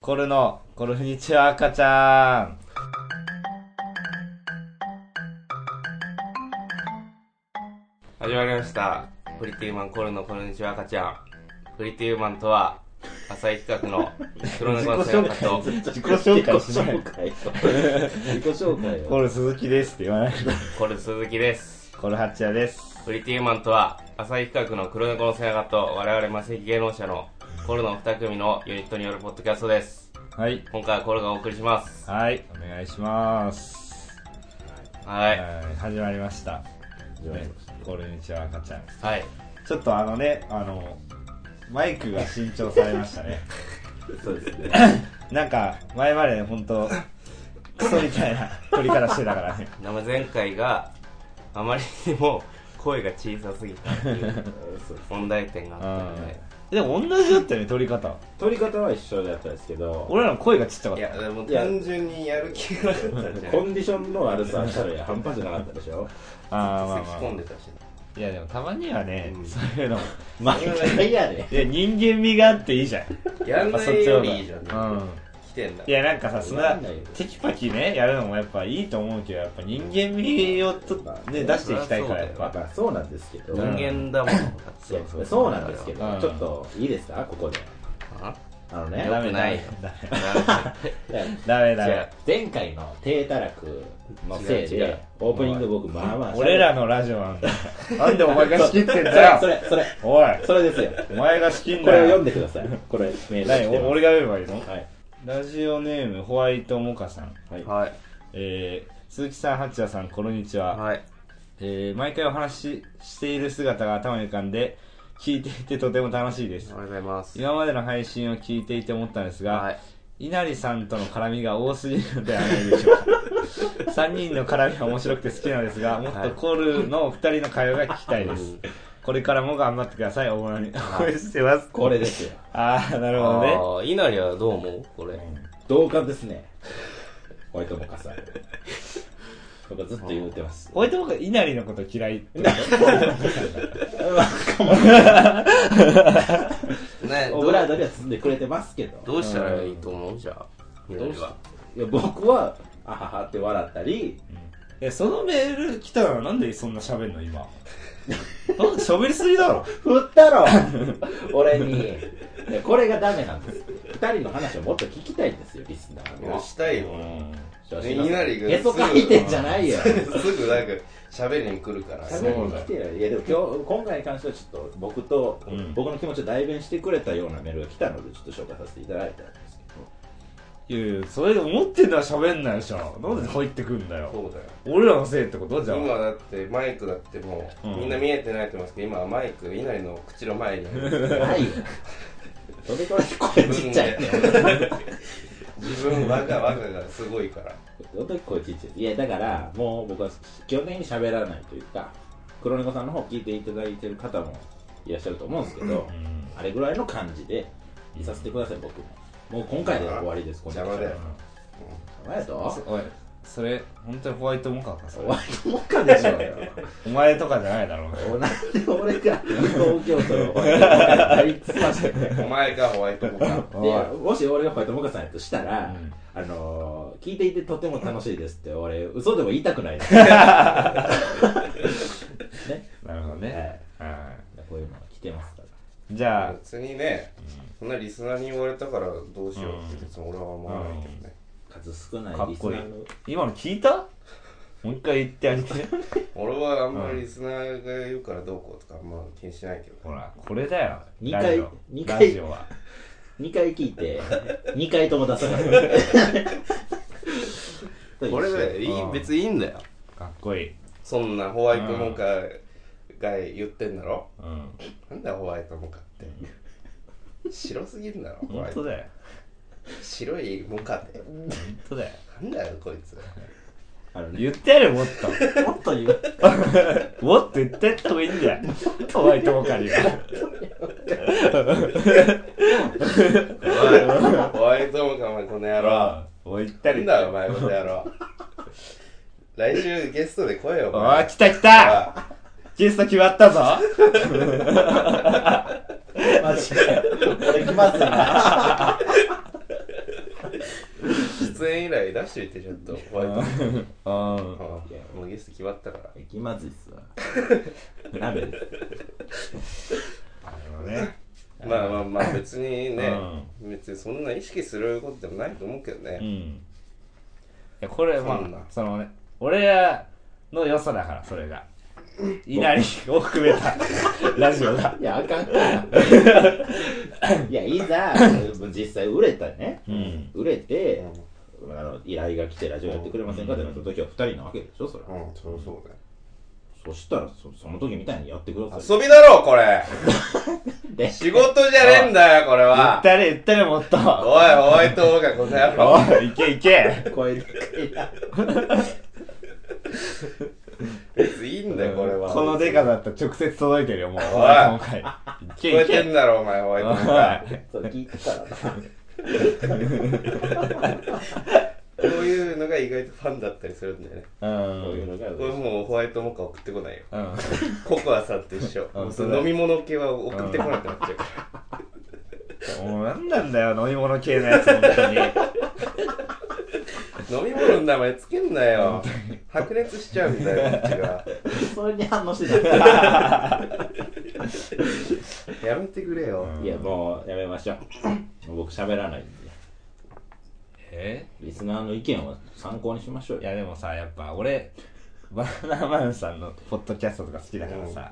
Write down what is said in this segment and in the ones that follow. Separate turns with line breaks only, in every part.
コルの、コルフニチュア赤ちゃん。
始まりました。プリティーマンコルのこんにちは赤ちゃん。プリティーマンとは、浅井企画の黒猫の背中と、
自己紹介しない。
介自己紹介
コル鈴木ですって言わないと。
コル鈴木です。
コルハチヤです。
プリティーマンとは、浅井企画の黒猫の背中と、我々魔石芸能者のコルの2組のユニットによるポッドキャストです。
はい。
今回はコルがお送りします。
はい。お願いします。
はい。
はい。始まりました。
始まりました
ねコルニチュア赤ちゃん。
はい。
ちょっとあのね、あの、マイクが新調されました ね。
そうですね
なんか、前までね、ほんと、クソみたいな撮り方してたからね。
生前回があまりにも声が小さすぎたっ ていう
そうです
問題点があったので。
うんでも同じだったよね、撮り方。
撮り方は一緒だったんですけど
俺らの声がちっちゃかっ
い
た。
や、でも単純にやる気がなかったんじゃない
コンディションの悪さしたら半端じゃなかったでしょ
あーまあ
咳
まあ
き込んでたしね
いやでもたまにはね、
うん
そういうのもまあい
いやね
や人間味があっていいじゃん
やん
っぱ
ないよりいいじゃ
そっ
ん、
ちの方がうん
来てんだ
いやなんかさそん
や
なん
ないよ
テキパキねやるのもやっぱいいと思うけどやっぱ人間味をと、ね、出していきたいからやっ
ま
ま
ぱ
あそうなんですけど
人
うん
間だもん
いやそうなんですけどちょっといいですかここで
あ
あの
よ
ね
ダメ
くないよ
ダメ
なんか
ダメ
じ
ダメ
ゃ
前回の低たらくのせ
違
い
う違う
でオープニング僕まあまあ
俺らのラジオなんだよなんでお前が仕切ってんだ
それ
よ
それそれ
おい
それですよ
お前が仕切ん
これを
だ
読ん
よ
でくださいこれメール
何
来て
お
ま
俺が読めばいいの
すはい
ラジオネームホワイトモカさん
はい
あはい
えー、鈴木さん八谷さんこんにちは
はい
えー毎回お話ししている姿が頭に浮かんで、聞いていてとても楽しいで
あり
す
が。とうございます
今までの配信を聞いていて思ったんですが、
はい
稲荷さんとの絡みが多すぎるのではないでしょうか。3人の絡みは面白くて好きなんですが、もっとコールのお二人の会話が聞きたいです。これからも頑張ってください。応援応援してます。
これですよ
あー、なるほどね。
ああ稲荷はどう思うこれ
同感ですねホワイトモカさん僕はずっと言うてます
おいと僕、稲荷のこと嫌いって。
ね
オブラードには包んでくれてますけど
どうしたらいいと思うじゃあ稲
どう
荷
し
はい
や僕はあははって笑ったり
え、そのメール来たらなんでそんな喋んの今。なんで喋りすぎだろ。
振ったろ俺にいやこれがダメなんです二人の話をもっと聞きたいんですよリスナーは
したいよ
吉野さん
稲荷が
へそかいてんじゃな いよ
すぐなんか喋りに来るから
そう
喋りに来てよいやでも今日今回に関してはちょっと僕と、
うん
僕の気持ちを代弁してくれたようなメールが来たのでちょっと紹介させていただいたんですけど
いやいや、それで思ってんだら喋んないでしょ。なんで入ってくんだよ。
そうだよ
俺らのせいってことじゃあ。
今だってマイクだってもう、
うん
みんな見えてないと思いますけど今はマイク稲荷の口の前にある
ないよどれくらい声ちっちゃいね
自分我が我ががすごいから
どんだけ声ちっちゃいいやだからもう僕は基本的に喋らないというか黒猫さんの方聞いていただいてる方もいらっしゃると思うんですけど、
うん
あれぐらいの感じでいさせてください僕ももう今回で終わりですこの
邪魔だよ
邪魔やぞ
おい、それ、本当にホワイトモカか、そ
終
れ
わ。りもかでしょうよ
お前とかじゃないだろうね。
おなんで俺が東京都のホワイトモカになりすましてんだよ
お前がホワイトボカ
おい
でもし俺がホワイトモカさんやとしたら、
うん
あのー聞いていてとても楽しいですって俺嘘でも言いた くないですね
なるほどね。は
こういうのが来てますから
いじゃあ、
別にねそんなリスナーに言われたからどうしようって別に俺は思わないけどね
数少ない
かっ
リスナ
こいい
ーの
今の聞いたもう一回言ってあ げて。
俺はあんまりリスナーが言うからどうこうとかあんま気にしないけど
ほら、これだよ。
二回
ラジオ
二
ラ
回
ジオは。
2回聞い て2回とも出さない
これでいい
うん
別にいいんだよ
かっこいい。
そんなホワイトモカが言ってんだろ
うん。
なんだよホワイトモカって白すぎるんだろホ
本
ワイ
当
ト
だよ。
白いモカって
本当だよ。
なんだよこいつ
あのね
言ってやれ、もっと。
もっと言う
もっと言ってやった方がいいん だよ。ホワイトモカには。
おいホワイトモカお前この野郎
おい、言った
なん
り。
だよお前この野郎来週ゲストで来いよお
おい、
前
来た来たゲスト決まったぞ
マジかよ俺来ますよ
出演以来出しといてちょっとホワイト
ああ
うんもうゲスト決まったから
気まず いっすわ鍋です
なるほどね
まあまあまあ別にね
う
別にそんな意識することでもないと思うけど
うん
ね
いやこれまあ
そうなんだ
そのね俺らの良さだからそれが稲荷を含め たラジオが
いや、あかんから。いや、いざ、実際売れたね。
うん
売れて、
うん
あの依頼が来てラジオやってくれませんかってなった時は2人なわけでしょ、それ。
うんそうそうだよ
そしたらそ、その時みたいにやってください。
遊びだろこれ
で
仕事じゃねえんだよこれ
言
は
ったれ言ったれもっと
おいホワイトオーガこの野郎
おいいけいけ
超える。
別にいいんだよこれは
このデカだったら直接届いてるよもう今回いけ
聞こえ
い
て
け
んだろお前ホワイトオーガ
そう聞いてたらな。
こういうのが意外とファンだったりするんだよね
うん
そういうのが
これもうホワイトモカ送ってこないよ
うん
ココアさんと一緒
うん
もうその飲み物系は送ってこなくなっちゃうから
もうなんなんだよ飲み物系のやつ本当に
飲み物の名前つけんなよ白熱しちゃうんだよこっちが
それに反応してた。
やめてくれよ、
うん
いや、もうやめましょう。僕喋らないんで。
え
リスナーの意見を参考にしましょう
い
よ。
やでもさやっぱ俺バナナマンさんのポッドキャストとか好きだからさ、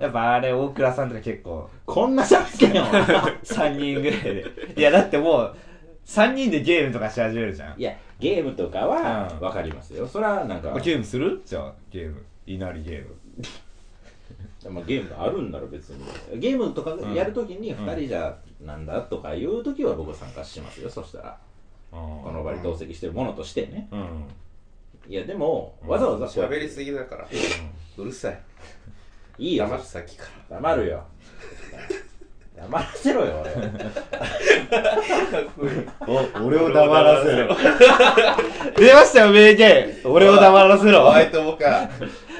やっぱあれ大倉さんとか結構
こんな喋 り方よ。
3人ぐらいでいやだってもう3人でゲームとかし始めるじゃん
いや、ゲームとかは
うん
わかりますよ。それはなんか、
ゲームするじゃあゲームいなりゲーム
まあ、ゲームがあるんなら別にゲームとかやるときに
うん
2人じゃなんだとかいうときは僕は参加しますよそしたらこの場に同席してるものとしてね
うん、うん、
いやでもわざわざこうやって
喋りすぎだからうるさい
いい
黙
よ
ってさっきか
黙るよ黙らせろよ
らかっこいい
お俺を黙らせろ出ましたよ名言俺を黙らせ
ホ
ろ
ワイトモカ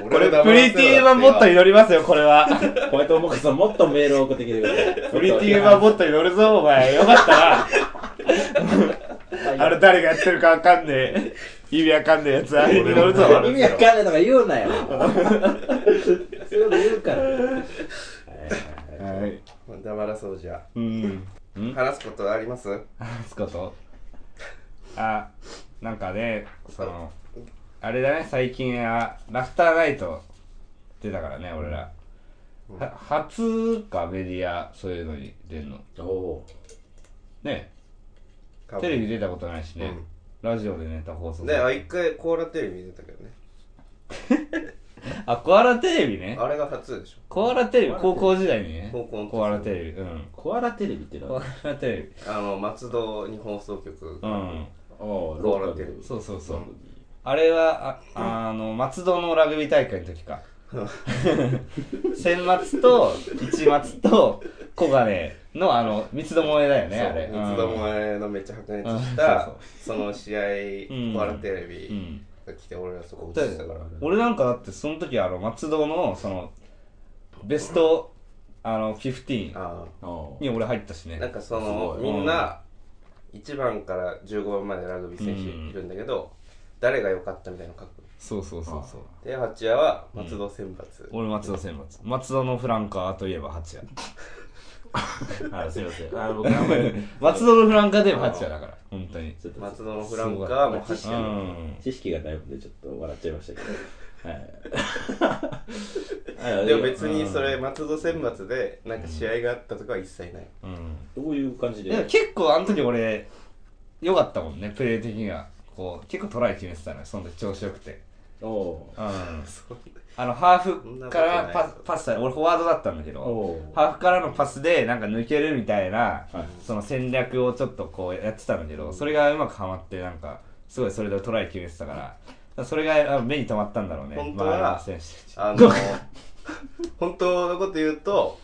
これプリティーマンボットに乗りますよこれ は
俺ホワイトモカさんもっとメールを送ってきてください
プリティーマンボ
ッ
ットに乗るぞお前よかったなあれ誰がやってるかわかんね え。意味わかんねえやつ、あれに乗るぞ。
俺も
意味わかんないとか言うなよそういうの言うから
はい。
黙らそうじゃ
うん。ん
話すことあります
話すことあ、なんかね、その、あれだね、最近は、ラフターナイト出たからね、俺ら。は初か、メディア、そういうのに出んの。
おお
ね、テレビ出たことないしね、
うん
ラジオでネタ放送
ねあ一回コーラテレビ出たけどね
あ、コアラテレビね。
あれが初でしょ
コアラテレビ、高校時代にね。
高校の時
コアラテレビ、うん。
コアラテレビっての
コア
は
ラテレビ。
あの松戸に放送局
う
が
ん。
おー
コアラテレビ
ローカ
そうそうそう。
番組
あれは、あ、あの、松戸のラグビー大会の時 か。選抜と、一松と、小金の、あの、三つどもえだよね、
そう
あれ。
三つどもえのめっちゃ白熱し
うん
た
そう
その試合
うん
コアラテレ
う
ビ
ん。
が来て俺らそこ映
だ
っ
よ
てたから
俺なんかだって、その時、あの、松戸の、その、ベスト、あの、15
あ
おー
に俺入ったし
あ
ね
なん。かそ
すご
の
い
みんな1番から15番までラグビー選手いるんだけど誰が良かったみたいなの書く
そうそうそうそう。
で八谷は松戸選抜
俺松戸選抜。松戸のフランカーといえば八谷。
あ、すいません。あ、僕あんまり、
松戸のフランカーといえば八谷だから、本当に。
ちょっと
松戸のフランカーも
す
八
う
ごい
谷
ん。
知識がないのでちょっと笑っちゃいましたけど。は い。
でも別にそれ松戸選抜でなんか試合があったとかは一切ない
うん。
どういう感じ
いや
で。
結構あの時俺良かったもんねプレー的にはこう結構トライ決めてたのよその時調子よくて
おお
うん
そう
あのハー
そんな
フか
ことない
らパスパスだ俺フォワードだったんだけ
ー。
ど
おー
ハーフからのパスでなんか抜けるみたいな、
はい
その戦略をちょっとこうやってたんだけどそれがうまくはまってなんかすごいそれでトライ決めてたからだからそれがあ目に留まったんだろうね
本当は
周りの選手たち
あの本当のこと言うと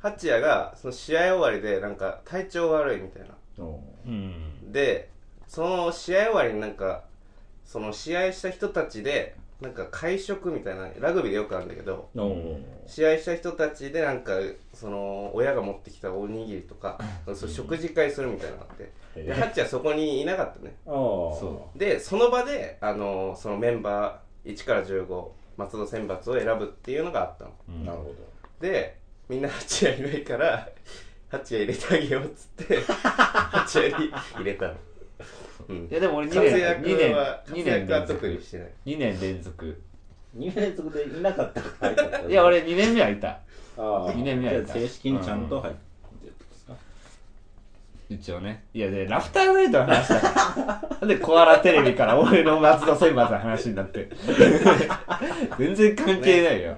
八谷がその試合終わりでなんか体調悪いみたいな
お
うん
でその試合終わりになんかその試合した人たちでなんか会食みたいなラグビーでよくあるんだけど
おー
試合した人たちでなんかその親が持ってきたおにぎりとかそう食事会するみたいなのがあって
へ
で
え
ハッチはそこにいなかったね
あー
でその場であのそのメンバー1から15松戸選抜を選ぶっていうのがあったの
うんなるほ
でみんなハチアいないからハチア入れてあげようっつってハチアに入れたの、うん
い、やでも俺
活
2年
躍は
2年2年
活躍は
連
特
続
にしてない
2年連続
ど2年連続でいなかったから入っちゃった
いや俺2年目はいた
2
二年目やった
正式にちゃんと入ってるんですか
一応ねいやでラフターナイトの話だ からなんでコアラテレビから俺の松戸選抜の話になって 全然関係ないよ、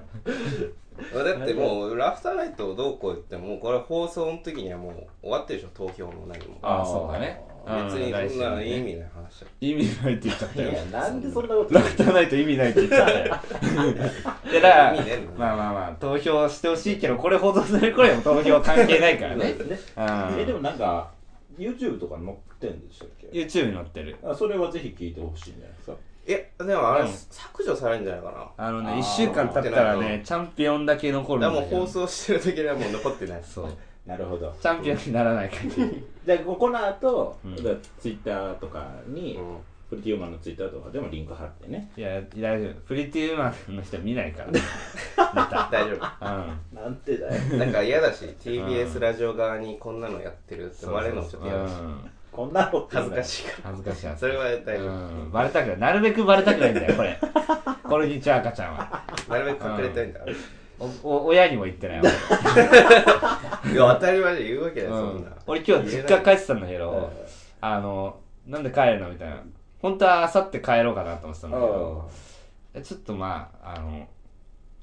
だってもうラフターナイトをどうこう言ってももうこれ放送の時にはもう終わってるでしょ投票も何も
ああそうだね
別にそん
う
な
来週
意
ね
味ない話だ
意味ないって言っちゃったよ
いやなんでそんなこと
ラフターナイト意味ないって言っちゃ ったよいやだから
意味ねえの
まあまあまあ投票してほしいけどこれほどするこれも投票関係ない からね
ねね
うん
えでもなんか YouTube とか載ってんでしたっけ
YouTube に載ってる
あそれはぜひ聞いてほしいんじゃないですか
えでもあれ
うん
削除されるんじゃないかな
あの
あ
ね
ー
1週間経ったら
載ってない
ねチャンピオンだけ残るん
だ
だ
からもう
けど
放送してる時にはもう残ってない
そう
なるほど
チャンピオンにならない限り
じゃあここの後、
うん
だから Twitter とかに、
うん
プリティウーマンの Twitter とかでもリンク貼ってね
いや大丈夫プリティウーマンの人見ないからネタ
大丈夫
うん
なんてだよ
なんか嫌だし TBS ラジオ側にこんなのやってるって思われるのもちょっと嫌だ
う
し
ん
こんなの
恥ずか
い
しいか
恥ずかしい
ら
恥
そ
ずかし
れ
い
は大丈
うんバレたくないなるべくバレたくないんだよ これこれにちは赤ちゃんは
夫なるべく隠れたいんだから
おお親にも言ってない俺
いや当たり前で言うわけだよそんな
俺今日実家帰ってたんだけど、あの、なんで帰るのみたいな。本当は明後日帰ろうかなと思ってたんだけど、えちょっとまあ、あの、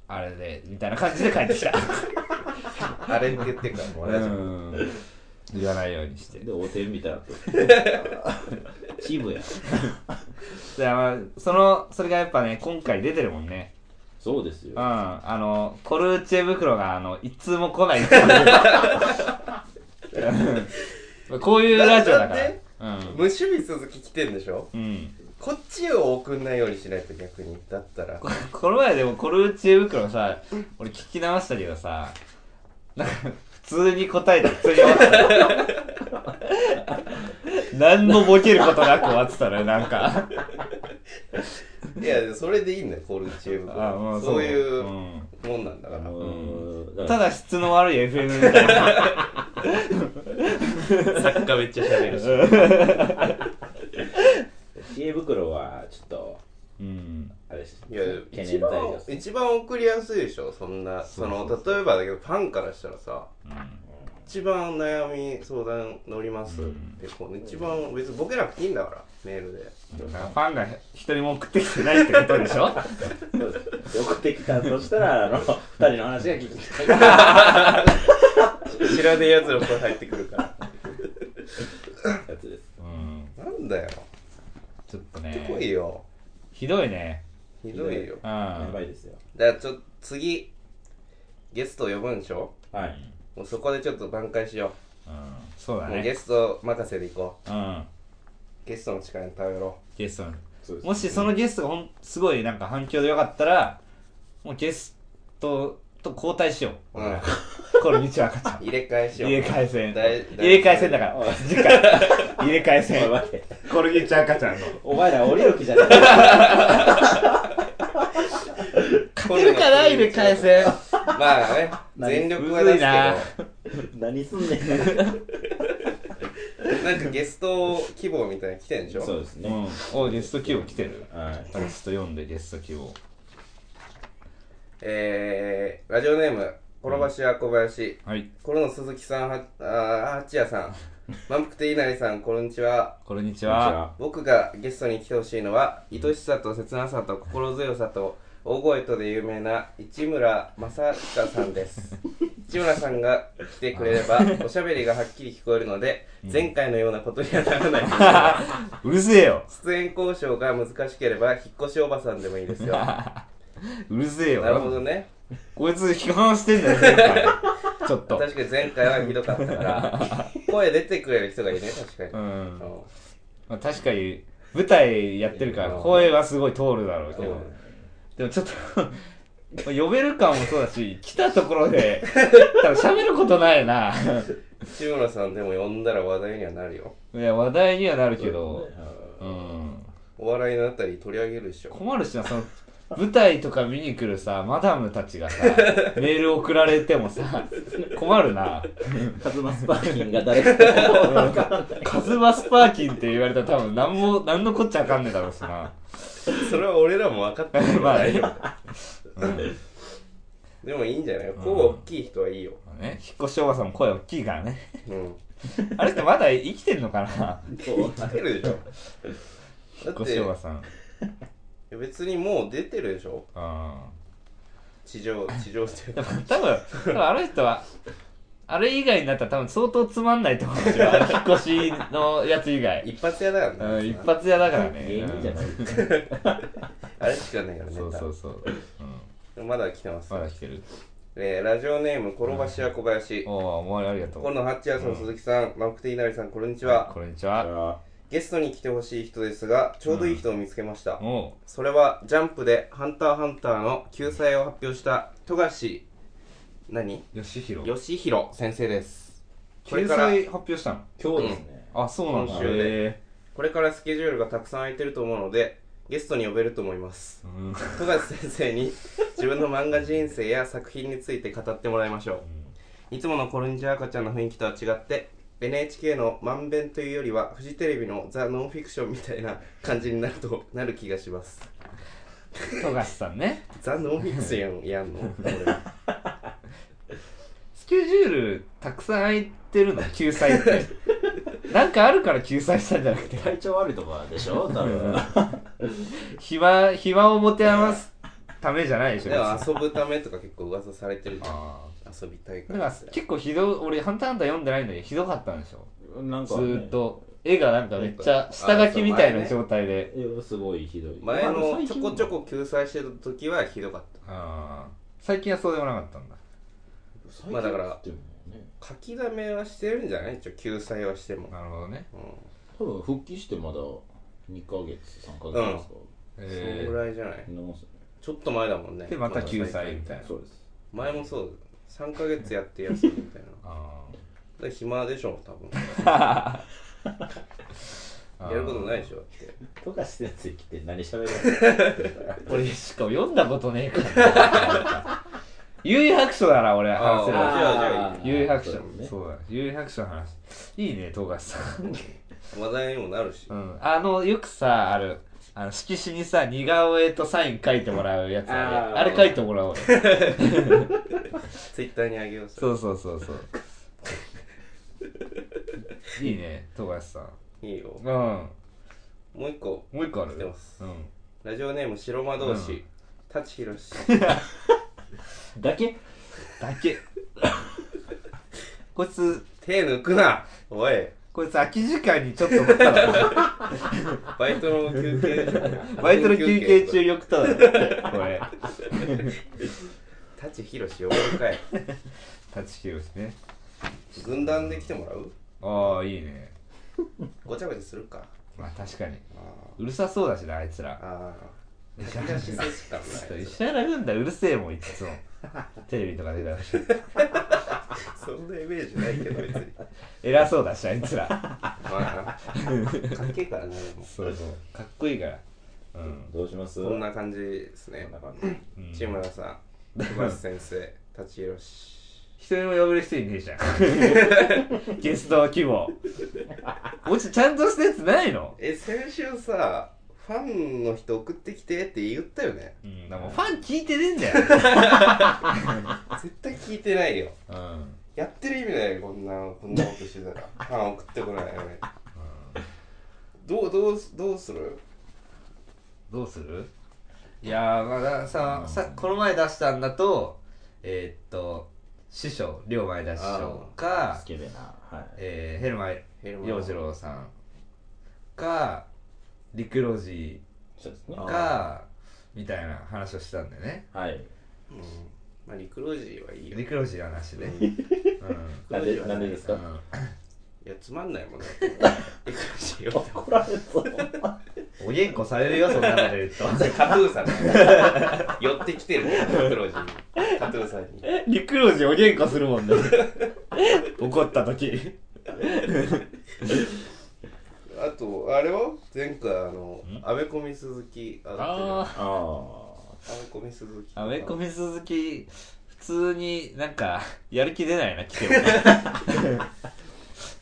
あれで、みたいな感じで帰ってき た。
あれって言ってるからもう
う
大丈夫
ん。言わないようにして。
でお手みたいなチブや
で、まあ、その、それがやっぱね、今回出てるもんね。
そうです
う
よ
ん。あの、コルチェ袋が、あの、いつも来ないっていう。うんこういうラジオだか
な
ら
んで。
うん。
無趣味続き来てんでしょ
うん。
こっちを送んないようにしないと逆にだったら
ここの前でもコルチエ袋さ俺聞き直したけどさなんか普通に答えて普通に終わってた何のボケることなく終わってたねなんか
いやそれでいいんだよコールチューブ
あも
はそういううんもんなんだから
あのー
ただ質の悪い FM みたいな
作家めっちゃ喋るし
知恵袋はちょっと
うん
あれです
いや
懸
一
念材
番
料です
一番送りやすいでしょそんなその例えばだけどファンからしたらさ一番悩み相談乗りますってこう一番別にボケなくていいんだからメールで
だからファンが一人も送ってきてないってことでしょ
そうです送ってきたとしたらあの2人の話が聞きたい
知らねえやつの声入ってくるか
やつです
うん
らなんだよ
ちょっと
来い
ね
よ
ひどいね
ひどいよ
うん
やばいですよ
だからちょっと次ゲスト呼ぶんでしょ
はい
もうそこでちょっと挽回しよ
うんそう
う、
だ
もうゲ
ね
スト任せでいこ
うん
うゲストの力に頼ろ
ゲストの
そうです
もしそのゲストがほんすごいなんか反響でよかったら、もうゲストと交代しよう。
う、うん、
この道は赤ちゃん。
入れ替え しよう
入れ替え戦。
大
入れ替え戦だから。次回。入れ替え
おい
戦。
待って
コルギチ赤ちゃんの。
お前ら降りる気じゃない
勝てるかな入れ替え戦。
まあね、
何
全力は出すけど、
何すんねん
なんかゲスト希望みたいなの来てんでしょ
そうです
う
ね
ん。お、ゲスト希望来てる。
は
あ
い
れちょっと読んで、ゲスト希望。
えー、ラジオネーム、転ばしや小林、
はい。
コロの鈴木さん、はあー八谷 さん、満腹亭稲荷さん、こんにちは。
こんにちは。
僕がゲストに来てほしいのは、愛しさと切なさと心強さと大声とで有名な市村正孝さんです。市村さんが来てくれれ ば、おしゃべりがはっきり聞こえるので、前回のようなことにはならないと思いま す。
うるせえよ。
出演交渉が難しければ引っ越しおばさんでもい いですよな
うるせえよ。
るほどね
こいつ批判してんだよ、前回。ちょっと。
確かに前回はひどかったから 声出てくれる人がいるね確
う
かに、
ん
う。ん
まあ、確かに舞台やってるから声はすごい通るだろうけど、でもちょっと 呼べる感もそうだし来たところ で多分喋ることないな
市村さんでも呼んだら話題にはなるよ
いや話題にはなるけ
う
ど
ん
うん
お笑いのあたり取り上げるでしょ
困るしなその舞台とか見に来るさマダムたち がさメール送られてもさ困るな
カズマスパーキンが誰かわからない
カズマスパーキンって言われたら多分何も何のこっちゃあかんねえだろうしな
それは俺らも分かってる
まあ
から
ね
よ
うん
でもいいんじゃない声大きい人はいいよ
まあね引っ越しおばさんも声大きいからね
うん
あれってまだ生きてんのかな
そう
出 てるでしょ
引っ
だっ
越しおば
て
さん
別にもう出てるでしょ
うん
地上地上っていう
で
か
も多分多分あの人はあれ以外になったら多分相当つまんないと思うんですよあの引っ越しのやつ以外
一発屋だから
う
ね
ん一発屋だからね
芸人じゃない
あれしかないからね
そうそうそう、う
まだ来てます
ん、まだ来てる
えーラジオネーム転ばし屋小林
おおお前ありがとう
今野八谷さん鈴木さんマクテイナリさんこんにちは
こんにちは
ゲストに来てほしい人ですがちょうどいい人を見つけました
お
それはジャンプで「ハンターハンター」の救済を発表した富樫何
うよしひろ
義弘先生ですこれ
救
から
済発表したの
今日ですね
あそうなんだ
今週で
へ
これからスケジュールがたくさん空いてると思うのでゲストに呼べると思います
ーうん
富樫先生に自分の漫画人生や作品について語ってもらいましょういつものコルンジャ赤ちゃんの雰囲気とは違って NHK の「まんべん」というよりはフジテレビの「ザ・ノンフィクション」みたいな感じになるとなる気がします
富樫さんね
ザ・ノンフィクションや んの俺
スケジュールたくさん空いてるの救済ってなんかあるから救済したんじゃなくて
体調悪いとかでしょ多分
暇暇を持て余すためじゃないでしょ
でも遊ぶためとか結構噂されてるじゃん
あ
遊びたいか
ーなん
ら
か結構ひどい俺「ハンターハンター」読んでないのにひどかったんでしょ
なん
ず
かね
ーっと絵がなんかめっちゃ下書きみたいな状態で
いやすごいひどい
前のちょこちょ
こ
こ救済してた時はひどかっ
あー最近はそうでもなかったんだ
まあだからた書き溜めはしてるんじゃない一応救済はしても
なるほどね
う
多分復帰してまだ2ヶ月3ヶ月ですか
んそ
え
のぐらいじゃない
そんなもんっすね
ちょっと前だもんね
ー、でまた救済みたいな
そうです
前もそう3ヶ月やって休むみたいなだか
あ
ら暇でしょ多分
ー
やることないでしょだって
富樫先生来て何喋る
俺しかも読んだことねえから優位白書だな俺話せる
あ
の優位白書
ね
そうだ優位白書の話いいね富樫さ ん
話題にもなるし
うん、あのよくさあるあの色紙にさ似顔絵とサイン書いてもらうやつあ
あ
るあれ
ー
書いてもらおうよ
ツイッターにあげようそれ
そうそうそうそういいね富樫さん
いいよ
うんも
もう一個
う一個ある
来てます
うん、
ラジオネーム白魔同
う
士
ん
舘ひろし
だけ
だけ こいつ
手抜くなおい
こいつ空き時間にちょっと送った の
バイトの休憩中
バイトの休憩中よくたのこれ
舘ひろし呼ぶかい
立ちですね
軍団で来てもらう
ああいいね
ごちゃごちゃするか
まあ確かに
あ
うるさそうだしなあいつら
あああ出しせっ
ちょっ
か
と
もない
石原軍団うるせえもんいつ もテレビとか出たら
そんなイメージないけど別に
偉そうだしあいつら
まあかっけえからねでも
そうそうかっこいいからうん、
どうします
こんな感じです
こ
ね
んな感じ
うん、
千村さん小林先生舘ひろし
一人も呼べる人いねえじゃ んゲスト規模もうちょいちゃんとしたやつないの
え先週さファンの人送ってきてって言ったよね
うん、でもファン聞いてねえんだよ、
絶対聞いてないよ
うんうん、
やってる意味ないよこんなこんなことしてたらファン送ってこないよねどうどうどうする
どうするいやーまあださ
うん
さこの前出したんだとえーっと師匠両前田師匠か
ス、ケベなは
えー、ヘルマイ
ヘルマン
洋次郎さんか陸路寺
いそうですね
かみたいな話をしたんでね
はい
うんまあ陸路寺はいいよ
陸路寺はなしで、うん
なんでなんでです
う
か
ん
いやつまんないもんね陸路寺よ
怒られそう
おげんこされるよ、そんなこと言うと。
それカトゥーさんだよ寄ってきてるねカトロジにカトゥーさんに
陸路寺おげんこする もんね。怒った時。
あとあれは前回あのアメコミ鈴木あア
あ
あ
メコミ鈴木
あ。アメコミ鈴木、普通になんか、やる気出ないな、来ても。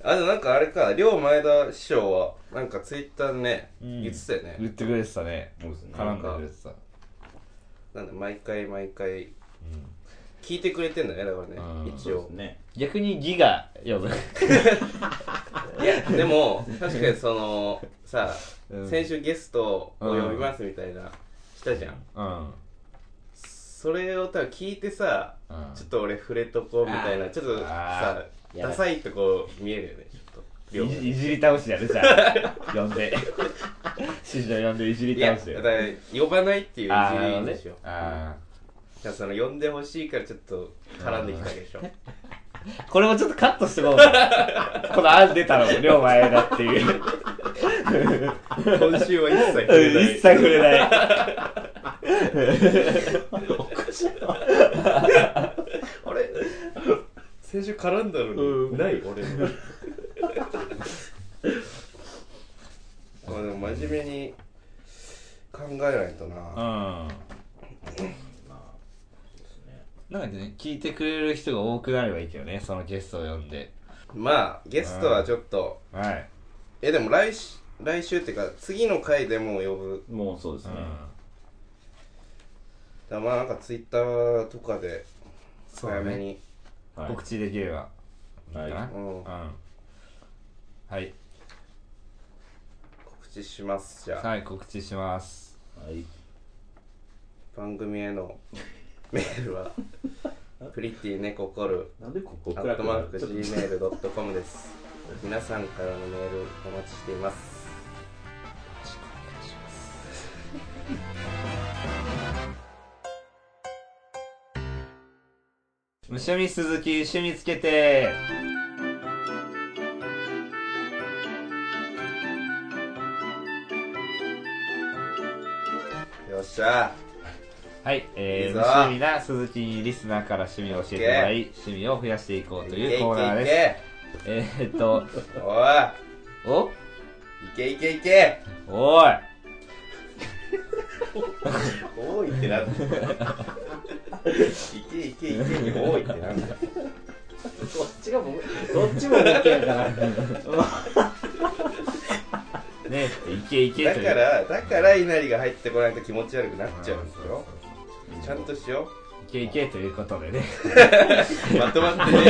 あとなんかあれか両前田師匠はなんかツイッターでね
うん
言ってたよね、
言ってくれてたね。
そうですね
絡んでくれてた。
なんで毎回毎
う
回
ん
聞いてくれてんだねだからね
うん
あ
一
そうです
応
ね
逆にギガ呼ぶ。
いやでも確かにそのさ
うん
先週ゲストを呼びますみたいなしたじゃん
うん。
それを多分聞いてさ
うん
ちょっと俺触れとこうみたいなちょっとさ
あ
ーやば
ダ
い
サいとこ見えるよねちょっと両
い
方
じいじり倒しやるじゃ ん。呼んで。師匠呼んでいじ
い
り
や
倒
だ
す
か
よ。
ら呼ばないっていうい
あ
じ
ー
りでしょだか
あ
らその呼んでほしいからちょっと絡んできたわけでしょ
ーこれもちょっとカットしてもうかこの案出たのも両前だっていう
今週は一切触れない
一切触れない
あれ先週絡んだのに、ない俺もまあでも真面目に考えないと
う
なん
まあですね
なんかね聞いてくれる人が多くなればいいけどねそのゲストを呼んで
まあゲストはちょっと
はい
えでも来週来週っていうか次の回でもう呼ぶ
もうそうです
う
ね
ん
だからまあなんかツイッターとかで
そうだ
早
ね
めに
はい
告知できれば
はい
いかな
うん
うんはい
告知しますじゃあ
はい告知します
はい
番組へのメールはプリティネココル
なんでここ
アットマーク
ちょっと
Gmail.com です皆さんからのメールお待ちしています
むしゃみ鈴木趣味つけて
よっしゃ
はい、え
いい
ー、
ぞ
無趣味な鈴木にリスナーから趣味を教えてもらい、趣味を増やしていこうというコーナーです。
す
えー、っと、
お
お
いいけいけいけ
おい
多いってなんだいけいけいけに多いってなんだ
どっちがも どっちもボケやから
ねえって、いけいけとい
だ
う。
からだから稲荷が入ってこないと気持ち悪くなっちゃうんですよちゃんとしよ
いけいけということでね。
うまとまってね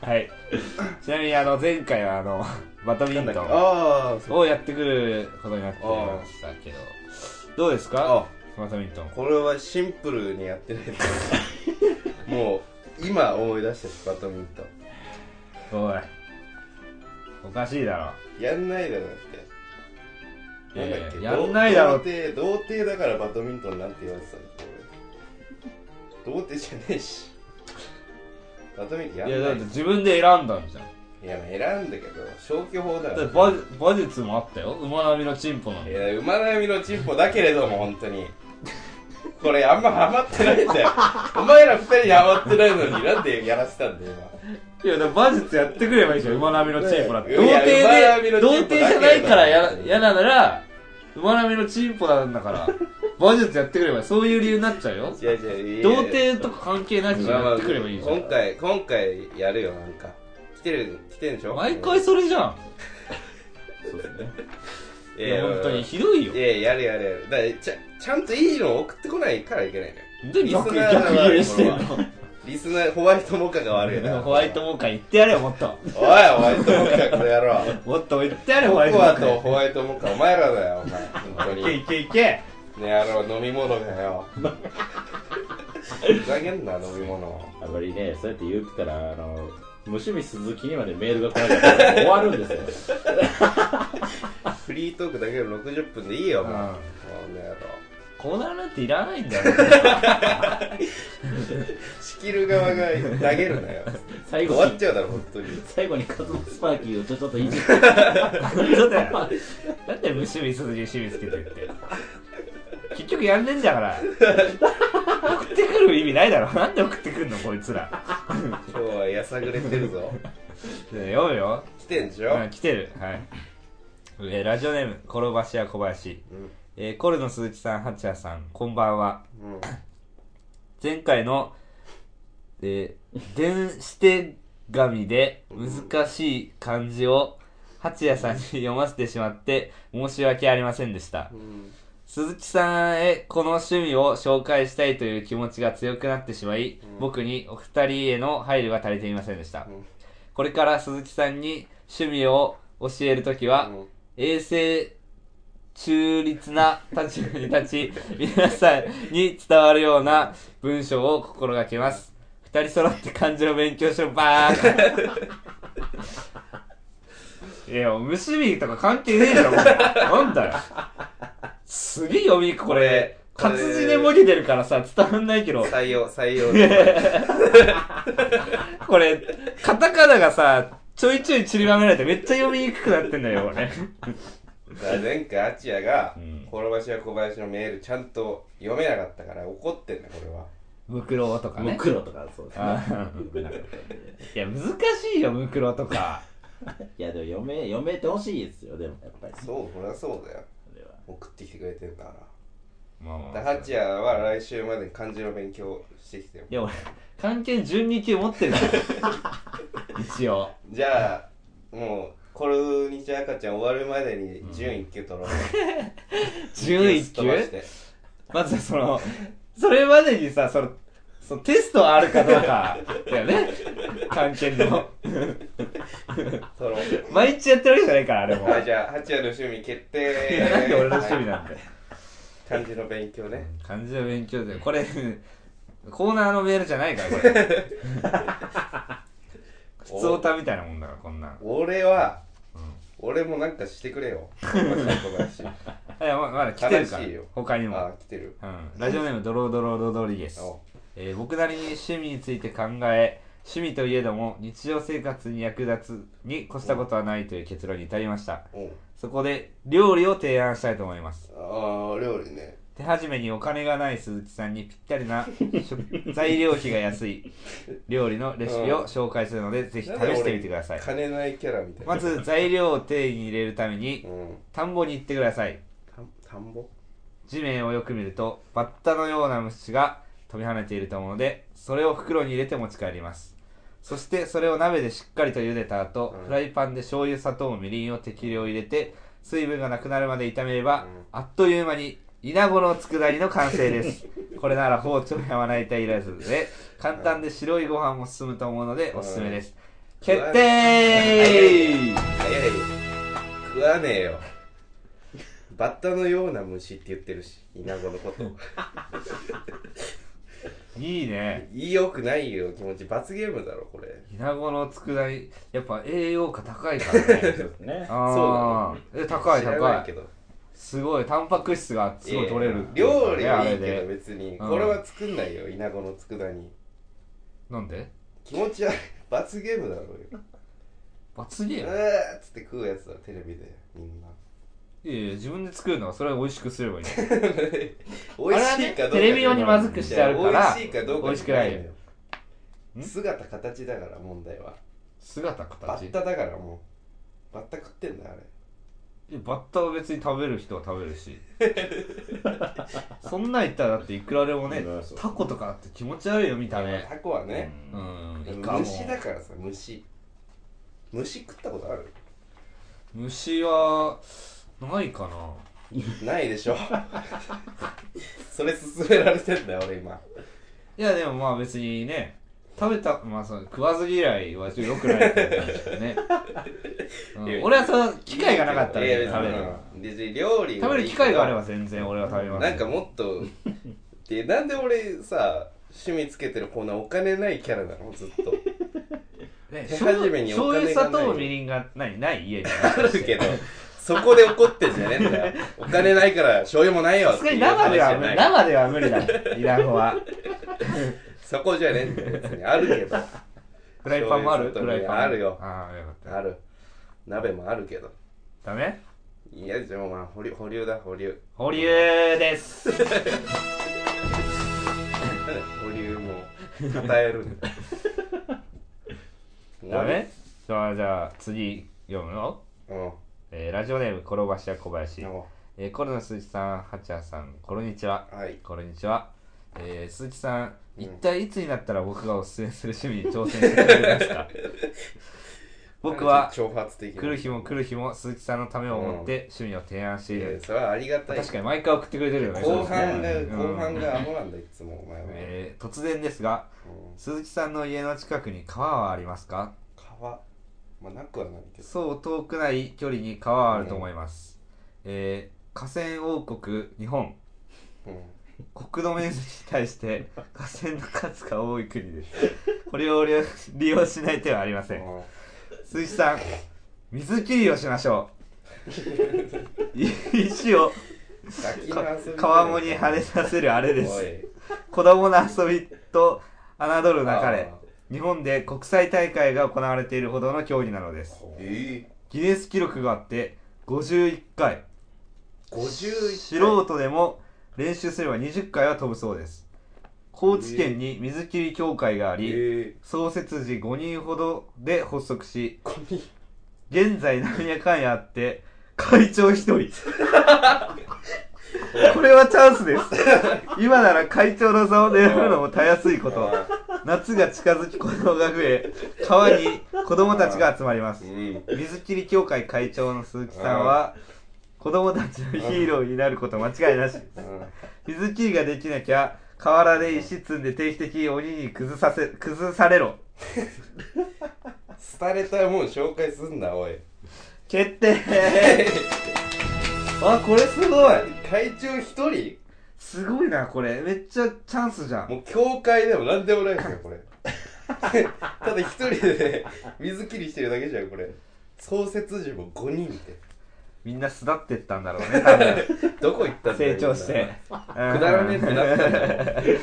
はい。ちなみに、あの、前回は、あの、バドミ
なん
ン
だっけ
トン
ああそう
をやってくることになっていましたけど、どうですか
あ
バドミントン。
これはシンプルにやってないともう今思い出したしバドミントン
おい。おかしいだろ。
やんないだろだって
いやいや
だっけ
やんないだろ
童貞童貞だからバドミントンなんて言われてたんだっけ俺童貞じゃねえしバドミントンや
い
ん
や、
な
だっ
い
て自分で選んだんじゃん。
いや選んだけど消去法だ
だ
よ
って馬馬術もあったよ馬並みのチンポなん
い
で
や馬並みのチンポだけれども本当にこれあんまハマってないんだよお前ら二人にハマってないのになんでやらせたんだよ今
いやだから馬術やってくればいいじゃん馬並みのチンポだって
い
童貞
や
で
馬並みの
童
チンポだけ
貞じゃないからや
うん
嫌なら馬並みのチンポなんだから馬術やってくればそういう理由になっちゃうよ
違う違う
童貞とか関係なくやってくればいいじゃ
今回今回やるよなんか来てる来てんでしょ
ん毎回それじゃん
そうですね
いや本当にひどいよ
いややるやるやるだからちゃちゃんといいのを送ってこないからいけないのよ
で
リス
逆
ナー
逆
が悪
流
い
してん
これ
の
リスナーホワイトモカが悪いな
ホワイトモカ言ってやれよもっと
おいホワイトモカこの野郎
もっと言ってやれホ
コ
ワイト
コ
モ
ア
カ
とホワイトモカお前らだよお前本当
い
に
けいけいけ
ねあの飲み物だよふざけんな飲み物
あんまりねそうやって言ってたらあの無趣味鈴木にまでメールが来なかったら終わるんですよ
フリートークだけで60分でいいよもう
うん
この野郎
コーナーなんていらないんだ よ
仕切る側が投げるなよ
最
終
後
わっ
に
ちゃうだろ本当に
最後にカズマスパーキーをちょちょっといじって
本当だよなんで趣味筋に趣味つけてるって結局やんねえんだから送ってくる意味ないだろなんで送ってくんのこいつら
今日はやさぐれてるぞ
ね読むよ
来てんでしょ、
あ来てるはい、えーラジオネーム転ばし屋小林、
うん
えーコルの鈴木さんハチヤさんこんばんは
うん
前回の、えー、電子手紙で難しい漢字を八谷さんに読ませてしまって申し訳ありませんでした。
うん
鈴木さんへこの趣味を紹介したいという気持ちが強くなってしまい、僕にお二人への配慮が足りていませんでした。
ん
これから鈴木さんに趣味を教えるときは、
うん
衛生中立な立場に立ち、 皆さんに伝わるような文章を心がけます。二人揃って漢字の勉強しろ、ばーン いや、結びとか関係ねえだろ、これ。なんだよ。すげえ読み、これ。
これ
活字で文字出るからさ、伝わんないけど、
採用採用で
これ、カタカナがさ、ちょいちょい散りばめられてめっちゃ読みにくくなってんだよ、これ。
前回アチアが
うん
転ばしや小林のメールちゃんと読めなかったから怒ってんだこれは
ムクロウとか
ム
ね。
クロとかそうです
あ
ね
ー
読めなかったんで
いや、難しいよ、ムクロとか。
いやでも読め読めてほしいですよでもやっぱりそ
そうこれはそうだよ
れは
送ってきてくれてんだから
まあま
ダハチアは来週までに漢字の勉強をしてきてよ
いや、俺、関係12級持ってるから。 一応。
じゃあもうコルニチ赤ちゃん終わるまでに順位1級 取ろう、
11
飛ばし
級
て
まずその、それまでにさ、その、そのテストあるかどうか、だよね。関係の。
その
毎日やってるわけじゃないから、あれも。
はいじゃあ八谷の趣味決定
いやなんで俺の趣味
はい
なんだよ。
漢字の勉強ね
漢字の勉強で、これ、コーナーのメールじゃないから、これ。普通オタみたいなもんだから、こんなん。
俺は、俺もなんかしてくれ よ小林
いや、ままだ来てるから
悲しいよ。
他にも。
あ来てる
うんラジオネームドロードローロドリゲス、
お
えー僕なりに趣味について考え趣味といえども日常生活に役立つに越したことはないという結論に至りました
うん
そこで料理を提案したいと思います
ああ料理ね
手始めにお金がない鈴木さんにぴったりな食材料費が安い料理のレシピを紹介するので、ぜひ試してみてください
金ないキャラみたいな
まず材料を手に入れるために
うん
田んぼに行ってください
田ん田んぼ
地面をよく見るとバッタのような虫が飛び跳ねていると思うのでそれを袋に入れて持ち帰りますそしてそれを鍋でしっかりと茹でた後、
うん
フライパンで醤油砂糖みりんを適量入れて水分がなくなるまで炒めれば、
うん
あっという間に稲子の佃煮の完成ですこれなら包丁やまな板いらずで簡単で白いご飯も進むと思うのでおすすめです、決定
早いよ食わねえよバッタのような虫って言ってるしイナゴのこと
いいね
良くないよ気持ち罰ゲームだろこれ
稲子の佃煮やっぱ栄養価高いからね
そうですね
ああ、え高い
知らな
高
いけ
い
ど
すごいタンパク質がすごい取れるっていう
料
かね
理
あ
はい
れ
いけど
で
別に
うん
これは作んないよイナゴの佃煮
なんで
気持ち悪い罰ゲームだろうよ
罰ゲ
う
ーム
ーっつって食うやつだテレビでみんない
やいや自分で作るのはそれは美味しくすればいい
美味しいかどうか
あ
じゃない
れはねテレビ用にまずくしてあるから
美味しいかどうかじゃのよ
美味
姿形だから問題は
姿
バ
形
ッタだからもうバッタ食ってんだよあれ
えバッタは別に食べる人は食べるし そんなん言ったらだっていくらでもね
うんそう
タコとかだって気持ち悪いよ見た目
タコはね、
う
うん
ん
で
イ
も
カも
虫だからさ虫虫食ったことある
虫はないかな
ないで しょそれ勧められてんだよ俺今
いやでもまあ別にね食べたまあその食わず嫌いはちょっと良くないと思うんですけど ね、うん
いや
俺はその機会がなかったら
い
ね
やいや
食べる
別に料理
食べる機会があれば全然俺は食べます
なんかもっと でなんで俺さ趣味つけてるこんなお金ないキャラなのずっ と
ね
手始めにお
醤
金がな
油醤
い
油砂糖みりんがないない家に
あるけどそこで怒ってんじゃねえ んだよ。お金ないから、醤油もないよ
さ
っ
すが
てい
に
う話
生で
じ
は
ゃ
無
な
理
い。
生では無理だイラン語 は
そこじゃねえんだよ。別にあるけど。
フライパンもある
そ
フ
ういうことね
ライパン
あるよ
ああよかった
ある。鍋もあるけど。
ダメ
いや、でもまあ、保留保留だ、保留。
保留です
なんで保留も、偏るんだよ。
ダメじゃあじゃあ次読むの、
うん。
えーラジオネーム転ばし屋小林、
お
えーコロナ鈴木さんハチヤさんこんにちは
はい。
こんにちは、えー鈴木さん
うん
一体いつになったら僕がおすすめする趣味に挑戦してくれます か僕は
挑発的な。
来る日も来る日も鈴木さんのためを思って趣味を提案してい
いや
る、
それはありがたい。
確かに毎回送ってくれてるよね
後半が、
鈴木さん
後半
うん
がアホなんだ、いつもお前は。
えー突然ですが
うん
鈴木さんの家の近くに川はありますか
川。まあ、なくはないけど。
そう遠くない距離に川はあると思います、えー河川王国日本
うん。
国土面積に対して河川の数が多い国ですこれを利用利用しない手はありません
うん
鈴木さん水切りをしましょうい石を
ガキの
か
遊び
川面に跳ねさせるあれで
お
す
い
子供の遊びと侮るなかれ
あ
日本で国際大会が行われているほどの競技なのです
ーえ
ギネス記録があって51回
え51
素人でも練習すれば20回は飛ぶそうです高知県に水切り協会があり、
え
創設時5人ほどで発足し
ー、ゴミ
現在なんやかんやあって会長1人これはチャンスです今なら会長の座を狙うのもたやすいこと夏が近づき子供が増え川に子供たちが集まります
うん
水切り協会会長の鈴木さんは子供たちのヒーローになること間違い なし水切りができなきゃ河原で石積んで定期的に鬼に崩させ崩されろ
廃れたもん紹介すんなおい
決 定あこれすごい
会長一人
すごいなこれめっちゃチャンスじゃん
もう教会でも何でもないですよ これただ一人で水切りしてるだけじゃんこれ創設時も5人って
みんな巣立ってったんだろうね多 分
どこ行ったんだよ
成長して く
みんなくだらねえってなったんだよ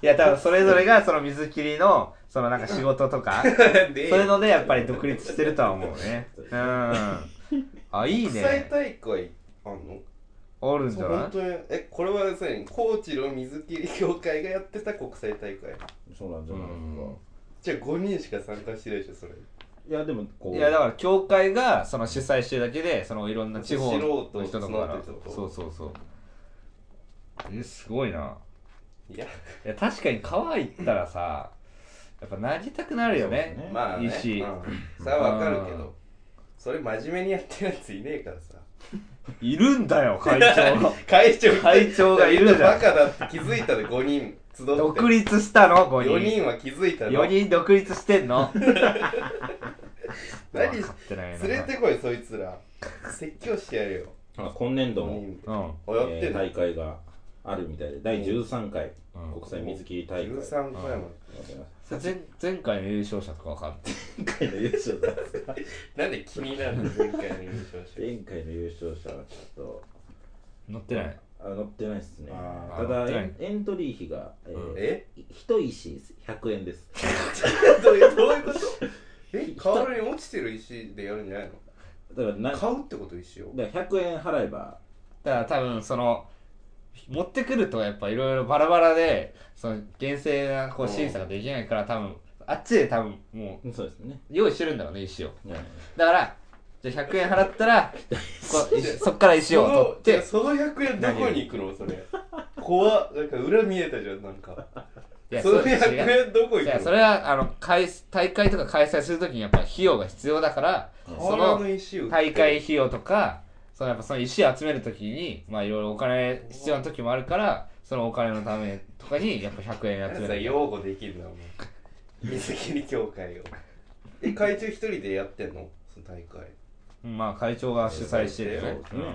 いや多分それぞれがその水切りのそのなんか仕事とか
で
そういうのでやっぱり独立してるとは思う ねうんあいい
国際
ね
大会あんの
おるんじ
そ
ゃ
う
ない
本当にえこれは要するに高知の水切り協会がやってた国際大会
そうなんじゃないですか
うん
じゃあ5人しか参加してないでしょそれ
いやでもこう
いやだから教会がその主催してるだけでそのいろんな地方の
素人
人とかから
素人ってこと
そうそうそうえすごいない
や
いや確かに川行ったらさやっぱなりたくなるよね
そうですね
まあね
いいし
うん、それはわかるけどそれ真面目にやってるやついねえからさ
いるんだよ会長が
会長
会長がいるじゃん
みなバカだって気づいたで5人集って
独立したの
4
5人
人は気づいたの
4人独立してんの
何
分かってないな
連れてこいそいつら説教してやるよ
まあ今年度
4
も、
人で
うん
おやって
えー
んの
大会があるみたいで第13回
うん
国際水切り大会
13回も
さ前前回の優勝者とか分かる
前回の優勝者
なんで気になるの前回の優勝者
前回の優勝者はちょっと
乗ってない
あ乗ってないですね
あ
ー
ただ
乗ってな
エ
い
ンエントリー費が、えー
うん
え
一石100円です
どういうどういうことえ河原に落ちてる石でやるんじゃないの
だからなだか
買うってこと石を
ら100円払えば
だから多分その持ってくるとやっぱいろいろバラバラでその厳正なこう
うん
審査ができないから多分あっちで多分もう
そうですね
用意してるんだろうね石を
はい
だからじゃあ100円払ったらこう石そっから石を取って
そのその100円どこに行くの それ怖っなんか裏見えたじゃんなんか
いや
その
う違う
100円どこ
い
行
や
く
そ
の
れはあの開大会とか開催するときにやっぱ費用が必要だからそ
河原
の
の石を売って
大会費用とかそのやっぱその石集めるときにまあいろいろお金必要な時もあるからそのお金のためとかにやっぱ100円集
なん
め
か
る
擁護できるなお前水切り協会をえ会長一人でやってんのその大会
まあ会長が主催してるよね
そうですねはい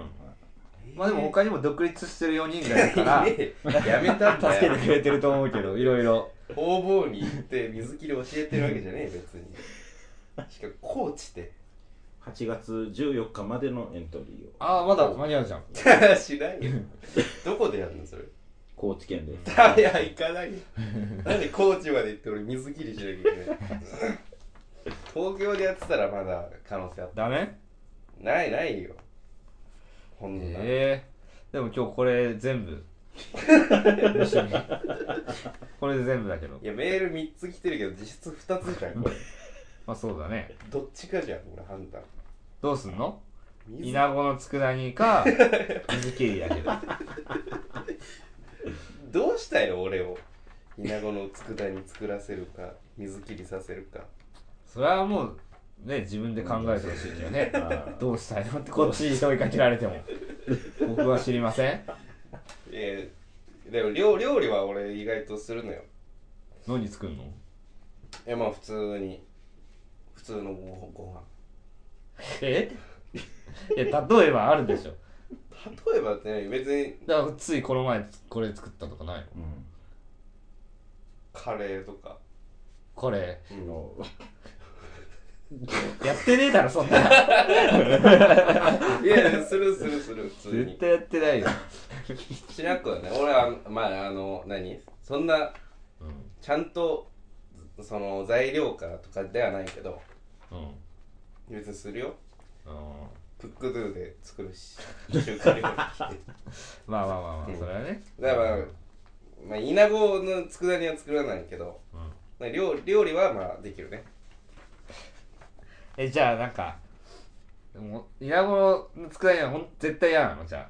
まあでも他にも独立してる4人がいる から
いねえ やめたん
助
だ
け
よ
てくれてると思うけ どいろいろ
方々 に行って水切り教えてるわけじゃねえ別にしかも高知で
8月14日までのエントリーを
ああ、まだ間に合うじゃん。
しないよどこでやるのそれ
高知県です
いや行かないよなんで高知まで行って俺水切りしなきゃいけない東京でやってたらまだ可能性あっ
ダメ
たないないよほんな、
ええでも今日これ全 部。これで全部だけど
い。やメール3つ来てるけど実質2つじゃんこれ
まあそうだね。
どっちかじゃん俺判断
どうすんの
水
イナゴの佃煮 か、水切りだけど。
どうしたよ俺をイナゴの佃煮作らせるか水切りさせるか
それはもう、ね、自分で考えてほしいけどね。
あ
どうしたいのってこっちに問いかけられても。僕は知りません。
えー、でも料料理は俺意外とするのよ
何作るの
いやまあ普通に普通のごご飯
え いや、例えばあるでしょ。
例えばってね別に
だからついこの前これ作ったとかないの
うん
カレーとか、
これ、
あの
やってねえだろ、そんな。
いやいやするするする普通
絶
に
対やってないよ。
しなくはね俺はまああの何そんな
う
ちゃんとその材料からとかではないけど
ん。うん。
別にするよ
うん
クックドゥで作るし中華料 理
まあまあまあまあ
う、ん
それはね。
だから、まあ、イナゴの佃煮は作らないけど、
うん
まあ料料理はまあできるね
え、じゃあなんか、もう、イナゴの佃煮はほん絶対嫌なのじゃ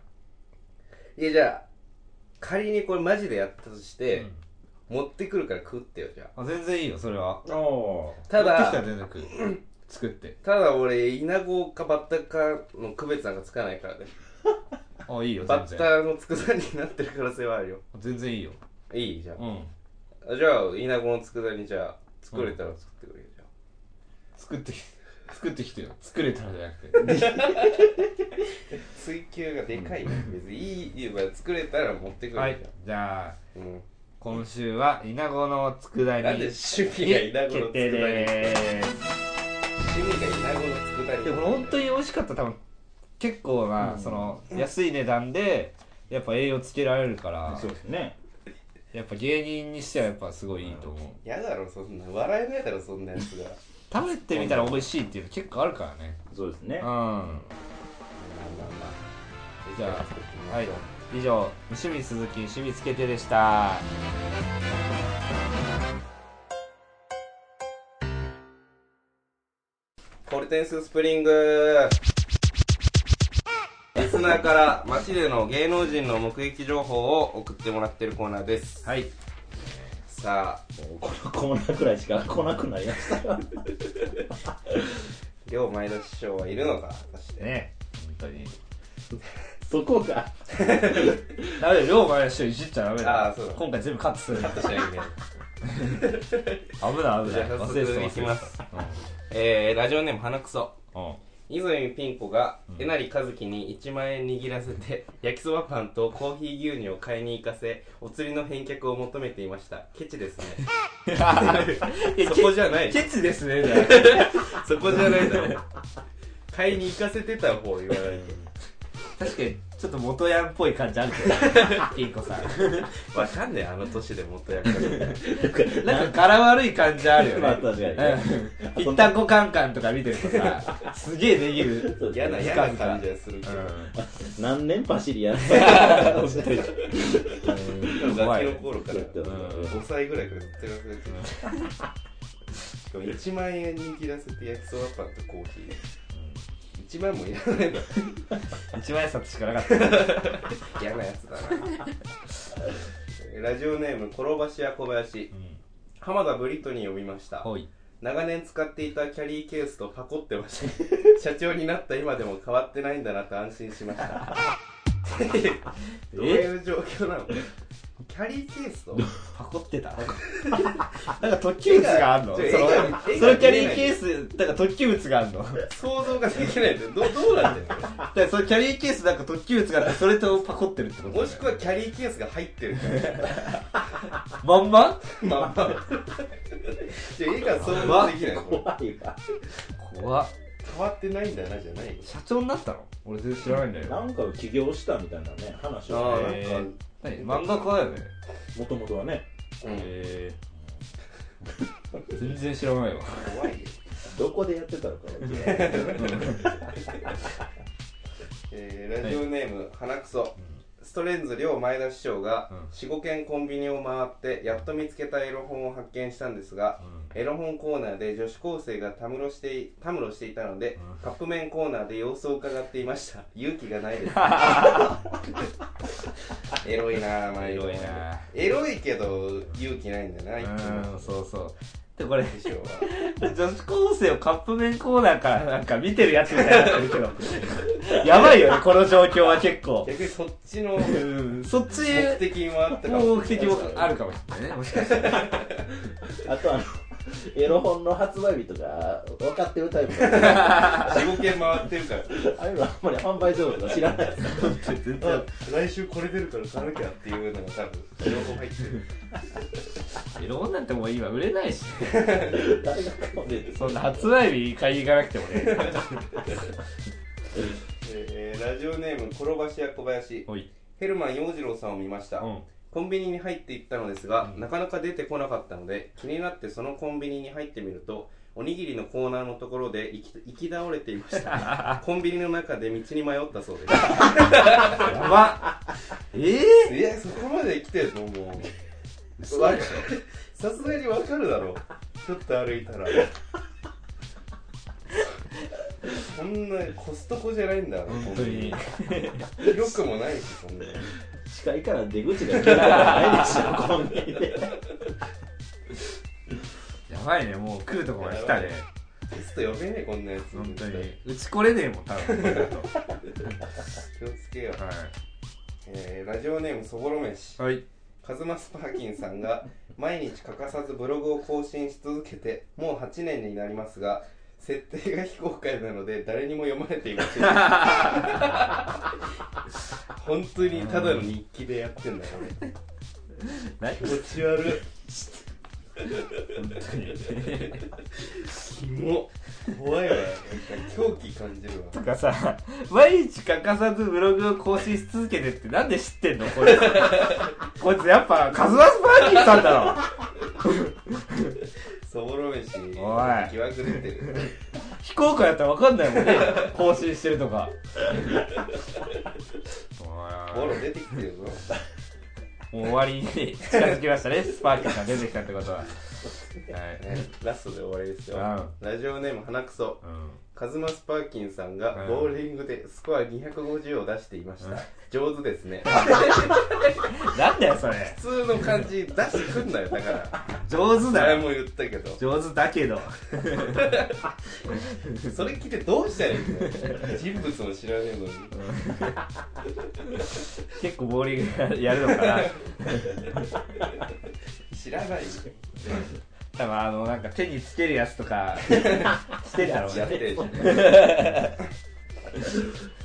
いやじゃあ仮にこれマジでやったとし
あ。
て、持ってくるから食ってよじゃあ
あ全然いいよ、それは。
あ
た
持ってきたら
だ
全然食う。作って。
ただ俺イナゴかバッタかの区別なんかつかないからね
あ、いいよ、
バ
全
ッ
然。
タの佃煮になってる可能性はあるよ
全然いいよ。
いいじゃん
うん。
あじゃあイナゴの佃煮じゃあ作れたら作ってくれよじゃあ
作ってき、作ってきてよ。作れたらじゃなく て。
追求がでかいよ別にいい言えば作れたら持ってくるじゃん、
はい。じゃあ、
うん、
今週は、イナゴの佃煮。
なんで趣味がイナゴの
決定
佃煮
でーす。
趣味がイナゴの佃煮
でも本当に美味しかった多分結構な、その安い値段でやっぱ栄養つけられるから
あそうですね
やっぱ芸人にしてはやっぱすごいいいと思う、
やだろそんな笑えないだろそんなや つが
食べてみたら美味しいっていうの結構あるからね
そうです
う
ね
んはじゃあい以上「趣味鈴木趣味つけて」でした
コルテンススプリングリスナーから街での芸能人の目撃情報を送ってもらってるコーナーです
はい
さあ
もうこのコーナーくらいしか来なくなりました
両前田師匠はいるのか果たして
ね本当に
そこが
ダメだよ両前の人いじっちゃダメだ
あーそうだ
今回全部カットする危ない
私はいない
危ない
じゃあ
忘れてた
早速いきます
忘れて
えー、ラジオネーム花くそ
た うんうん
泉ピン子がえなりかずきに1万円握らせて焼きそばパンとコーヒー牛乳を買いに行かせお釣りの返却を求めていましたケチですねそこじゃない
ケチですねじゃあ
そこじゃないだろ買いに行かせてた方言わない
確かにちょっと元ヤンっぽい感じあるけ どピン子さん
とわかんねえあの年で元役
なんか柄悪い感じあるよね、
まあ確かにね
うんぴったんこカンカンとか見てると さすげえできる
嫌な嫌な感じはするけど、
何年走りやってたの
うん
ガ
怖
キ
い
の頃から
うん
5歳ぐらいからずっとやってるしかも1万円握らせて焼きそばパンとコーヒー1万もいらないんだ
一万円札しかなかった
嫌なや つだなラジオネーム転ばし屋小林浜田ブリトニーを見ました
ほい
長年使っていたキャリーケースとパコってました 社長になった今でも変わってないんだなと安心しました どういう状況なのキャリーケースと
パコって たなんか特急物があんのそ
ちょ
の
絵
その
が絵が
キャリーケースなんか特急物があんのだか
想像ができないんだよどうどうなってんの
らそのキャリーケースなんか特急物があってそれとパコってるってこと
もしくはキャリーケースが入ってるから
まんま
まあまあちょ絵が想像できない
怖いわ
怖っ
変わってないんだなじゃない
社長になったの俺全然知らないんだ
な
よ
んか起業したみたいなね話を
あ
ね
ー
えー何漫画家だよね
もともとはね
うん
えー、全然知らないわ
怖いよ、
どこでやってたのかは
えーラジオネーム、花くそストレンズ両前田師匠が
うん
45軒コンビニを回ってやっと見つけたエロ本を発見したんですが、エロ本コーナーで女子高生がたむろしていたむろしていたので、
うん
カップ麺コーナーで様子を伺っていま した勇気がないですエロいなあまあエロいな
な
エロいけど勇気ないんだな一
うんそうそうでこれ
師匠 は
女子高生をカップ麺コーナーからなんか見てるやつみたいになってるけ どやばいよねこの状況は結構
逆にそっ ちの
うんそっち
目的もあったかも
目的もあるかもしれないねもしかしたら
あとあのエロ本の発売日とか分かってるタイプ だから
45軒回ってるから
ああいうのあんまり販売情報が知らないやつ
全
あ
然
来週これ出るから買わなきゃ
っていうのが多分情報入ってる
エロ本なんてもう今売れないしね
誰が買うんでって
そんな発売日買いに行かなくてもね
えーラジオネーム転ばし屋小林
おい
ヘルマン洋次郎さんを見ました、
うん
コンビニに入っていったのですが、なかなか出てこなかったので気になってそのコンビニに入ってみるとおにぎりのコーナーのところで行き行き倒れていました コンビニの中で道に迷ったそうです
やばええ
いやそこまで来てるのもうわかるさすがにわかるだろう
ちょっと歩いたら
そんなコストコじゃないんだよ
本当に
広くもないしそんな
近いから出口が見えないでしょコンビニで
やばいねもう来るとこまで来たね
ゲスト呼べねえこんなやつ
本当にうち来れねえもん多分はい
気をつけよう、えーラジオネームそぼろ飯
はい
カズマスパーキンさんが毎日欠かさずブログを更新し続けてもう8年になりますが設定が非公開なので誰にも読まれていませ ん本当にただの日記でやってんだよね
何
気持ち悪い
本当に
キモ
怖いわ
なんか狂気感じるわ
とかさ毎日欠かさずブログを更新し続けてってなんで知ってんのこ いつこいつやっぱカズマスパーキンさんだろ
そぼろ飯
おい
疑惑出てる
非公開だったら分かんないもんね更新してるとか
ボロ出てきてるぞ
もう終わりに近づきましたねスパーキンさん出てきたってことははい
ねラストで終わりですよ
う
ラジオネーム花くそ
うん
カズマスパーキンさんが
うん
ボーリングでスコア250を出していました、
うん
上手です ね
なんだよそれ
普通の感じ出してくんなよ だから
上手だ
誰
よ
も言ったけど
上手だけど
それ聞いてどうしたらいいの 人物も知らねえのに
結構ボーリングやるのかな
知らないよ
多分あのなんか手につけるやつと かしてんだろう
やって
ね
るじゃん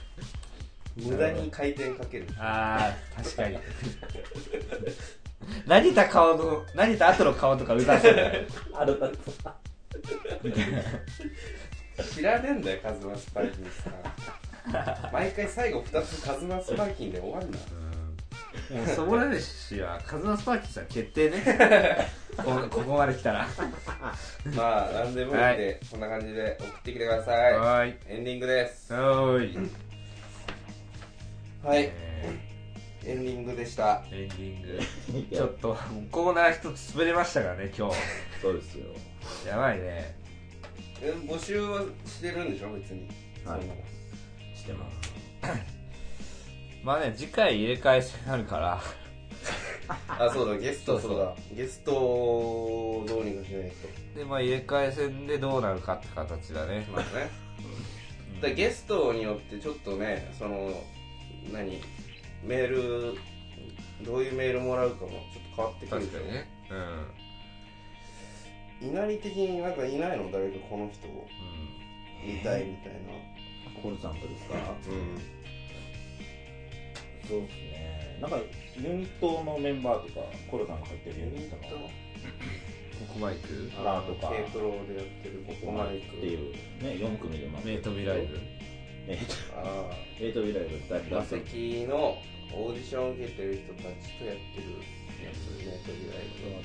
無駄に回転かける
ああ確かに 投げた顔の投げた後の顔とかうざそうだよ
あるだと
知らねえんだよカズマスパーキンさん毎回最後2つカズマスパーキンで終わん
も
な
うそぼら飯はカズマスパーキンさん決定ね こここまで来たら
まあ何でもいいんで、
はい
こんな感じで送ってきてください
はーい
エンディングです
おーい、
はい
え
エンディングでした
ーエンディングちょっとコーナー一つ潰れましたからね今日
そうですよ
やばいね
え募集はしてるんでしょ別にそんな
はい
の
してます
まあね次回入れ替え戦あるから
あそうだゲスト
そうそ
そ
う
うだゲストをどうにかしないと
でまあ入れ替え戦でどうなるかって形だね
まあねだからゲストによってちょっとねその何メールどういうメールもらうかもちょっと変わってくる
確
け
か
ど
にねうん、うん、
いなり的になんかいないの誰かこの人を見たいみたいな
コルさんとですか
うん
そうですねなんかユニットのメンバーとかコルさんが入ってるユニットの
ここマイク
アラーとか
軽トロでやってるこ
こ
こ
こ
マ
ま
イ
でっ
ク
ていうね4組でま
メイトミライブ
えっ
あ
とえっと未来の2人
マ
が
セキのオーディションを受けてる人たちとやってるやつね、と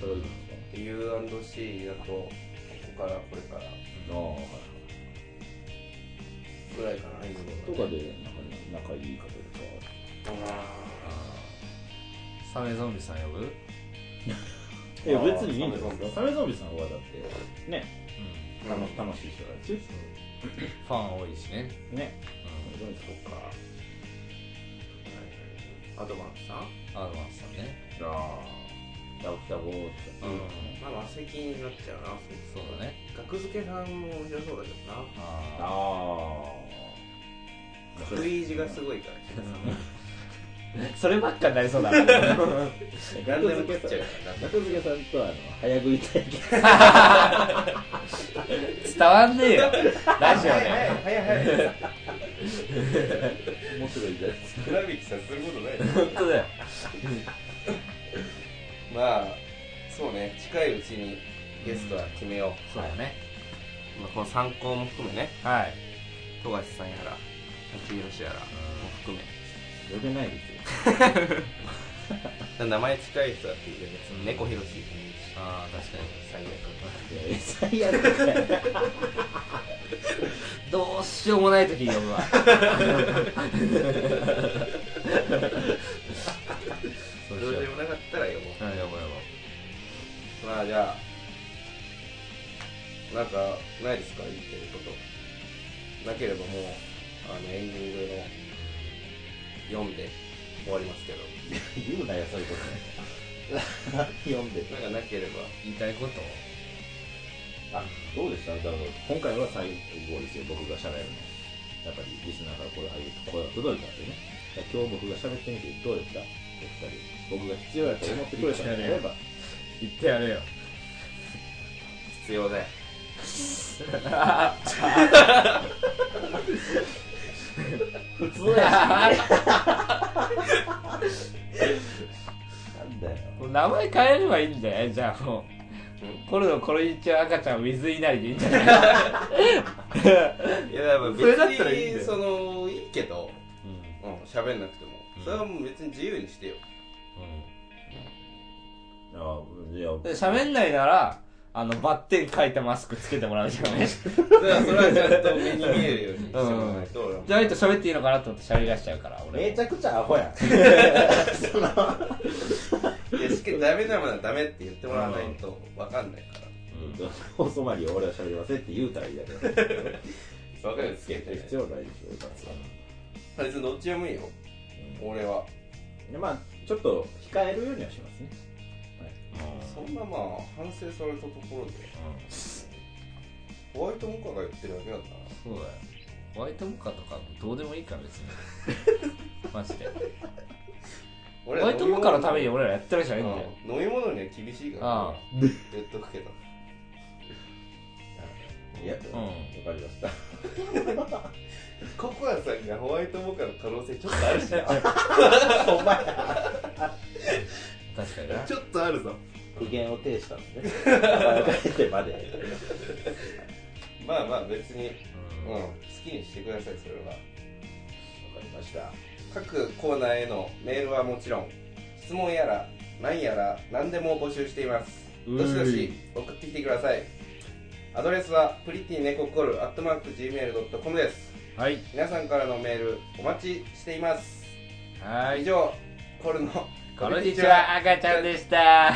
りあえず。U&C だと、ここからこれから
ああはい
ぐらいかな、今
と
の
かでなんか、ね、仲いい方とか
サメゾンビさん呼ぶ、うん、
いや
あー
別にいいんだよサメゾンビさんはだってね楽
うん
楽しい人だし
ファン多いしね、
ね
う
どうですか
アドバンスさん
ん、アドバンスさんね
じゃあダブタボーって
うん
まあ、マセキになっちゃうな、
そうだね
学付けさんも面白そうだけどな。
あ
あ
あ
食い意地がすごいから。
あそればっかになり そうだな
何でも食っちゃうからな。
中塚さんとはあの早食い対決
伝わんね えよラジオ
あ
ね
早い早い早い
面白いじゃないですか
倉引さんすることない
本当だよ
まあ、そうね、近いうちにゲストは決めよう。
そうだね
まあ、この参考も含めね、
はい
富樫さんやら、滝宏やらも含め。
呼べないですよ
名前近い人だっていう別に猫ひろし
ああ確かに
最悪
いや最悪だよ
どうしようもない時に呼 ぶわそうし
ど
よ
う
う
でもなかったら呼ぼ
うん呼ぼう呼ぼう
うまあじゃあなんかないですか言ってることなければもうあのエンディングの読んで終わりますけど
言うなよそういうことね読んで
なんかなければ
言いたいこと
あどうでしただから今回は最後ですよ僕が喋るのやっぱりリスナーからこういう声が届いたんでねだから今日僕が喋ってみてどうですかお二人僕が必要だと思ってくれたのであれば
言ってやれよ
必要 だよ
普通やしなんだよ
名前変えればいいんだよじゃあもうコルのコルイチは赤ちゃん水いなりでいいんじゃない
いやだから別
それだったらいいんだ
に
よ
そのいいけど
うん
うん喋んなくても
うん
それはもう別に自由にしてよ
あいや
で喋んないならあのバッテン書いたマスクつけてもらうしかない
それはそれはちゃんと目に見えるようにしてもらえと俺は
じゃないと喋っていいのかなと思って喋り出しちゃうから俺
めちゃくちゃアホやんその
いやしっかりダメなものはダメって言ってもらわないとわかんないから
放送まり俺は喋りませんって言うたらいいだけだから
わかるつけて
必要ないでしょだから
別にどっちでもいいよ俺は
でまあちょっと控えるようにはしますね
そんなまあ反省されたところでホワイトモカが言ってるだけだか
そうだよホワイトモカとかどうでもいいから別にマジで
ら
ホワイトモカのために
よ
俺らやってるじゃないんだよ
飲み物には厳しいから
ああ
言っとくけど
いや、
ん
わかりました。
ココアさんがホワイトモカの可能性ちょっとあるしな
お前
確かにな
ちょっとあるぞ
苦言を呈したん ですね。名前を変えてまで。
まあまあ別にうん
うん
好きにしてくださいそれは
わかりました。
各コーナーへのメールはもちろん質問やら何やら何でも募集しています
うーい
どしどし送ってきてくださいアドレスはプリティネココルアットマーク Gmail.com です
はい
皆さんからのメールお待ちしています
は
以
い
上コルの
こんにちは赤ちゃんでした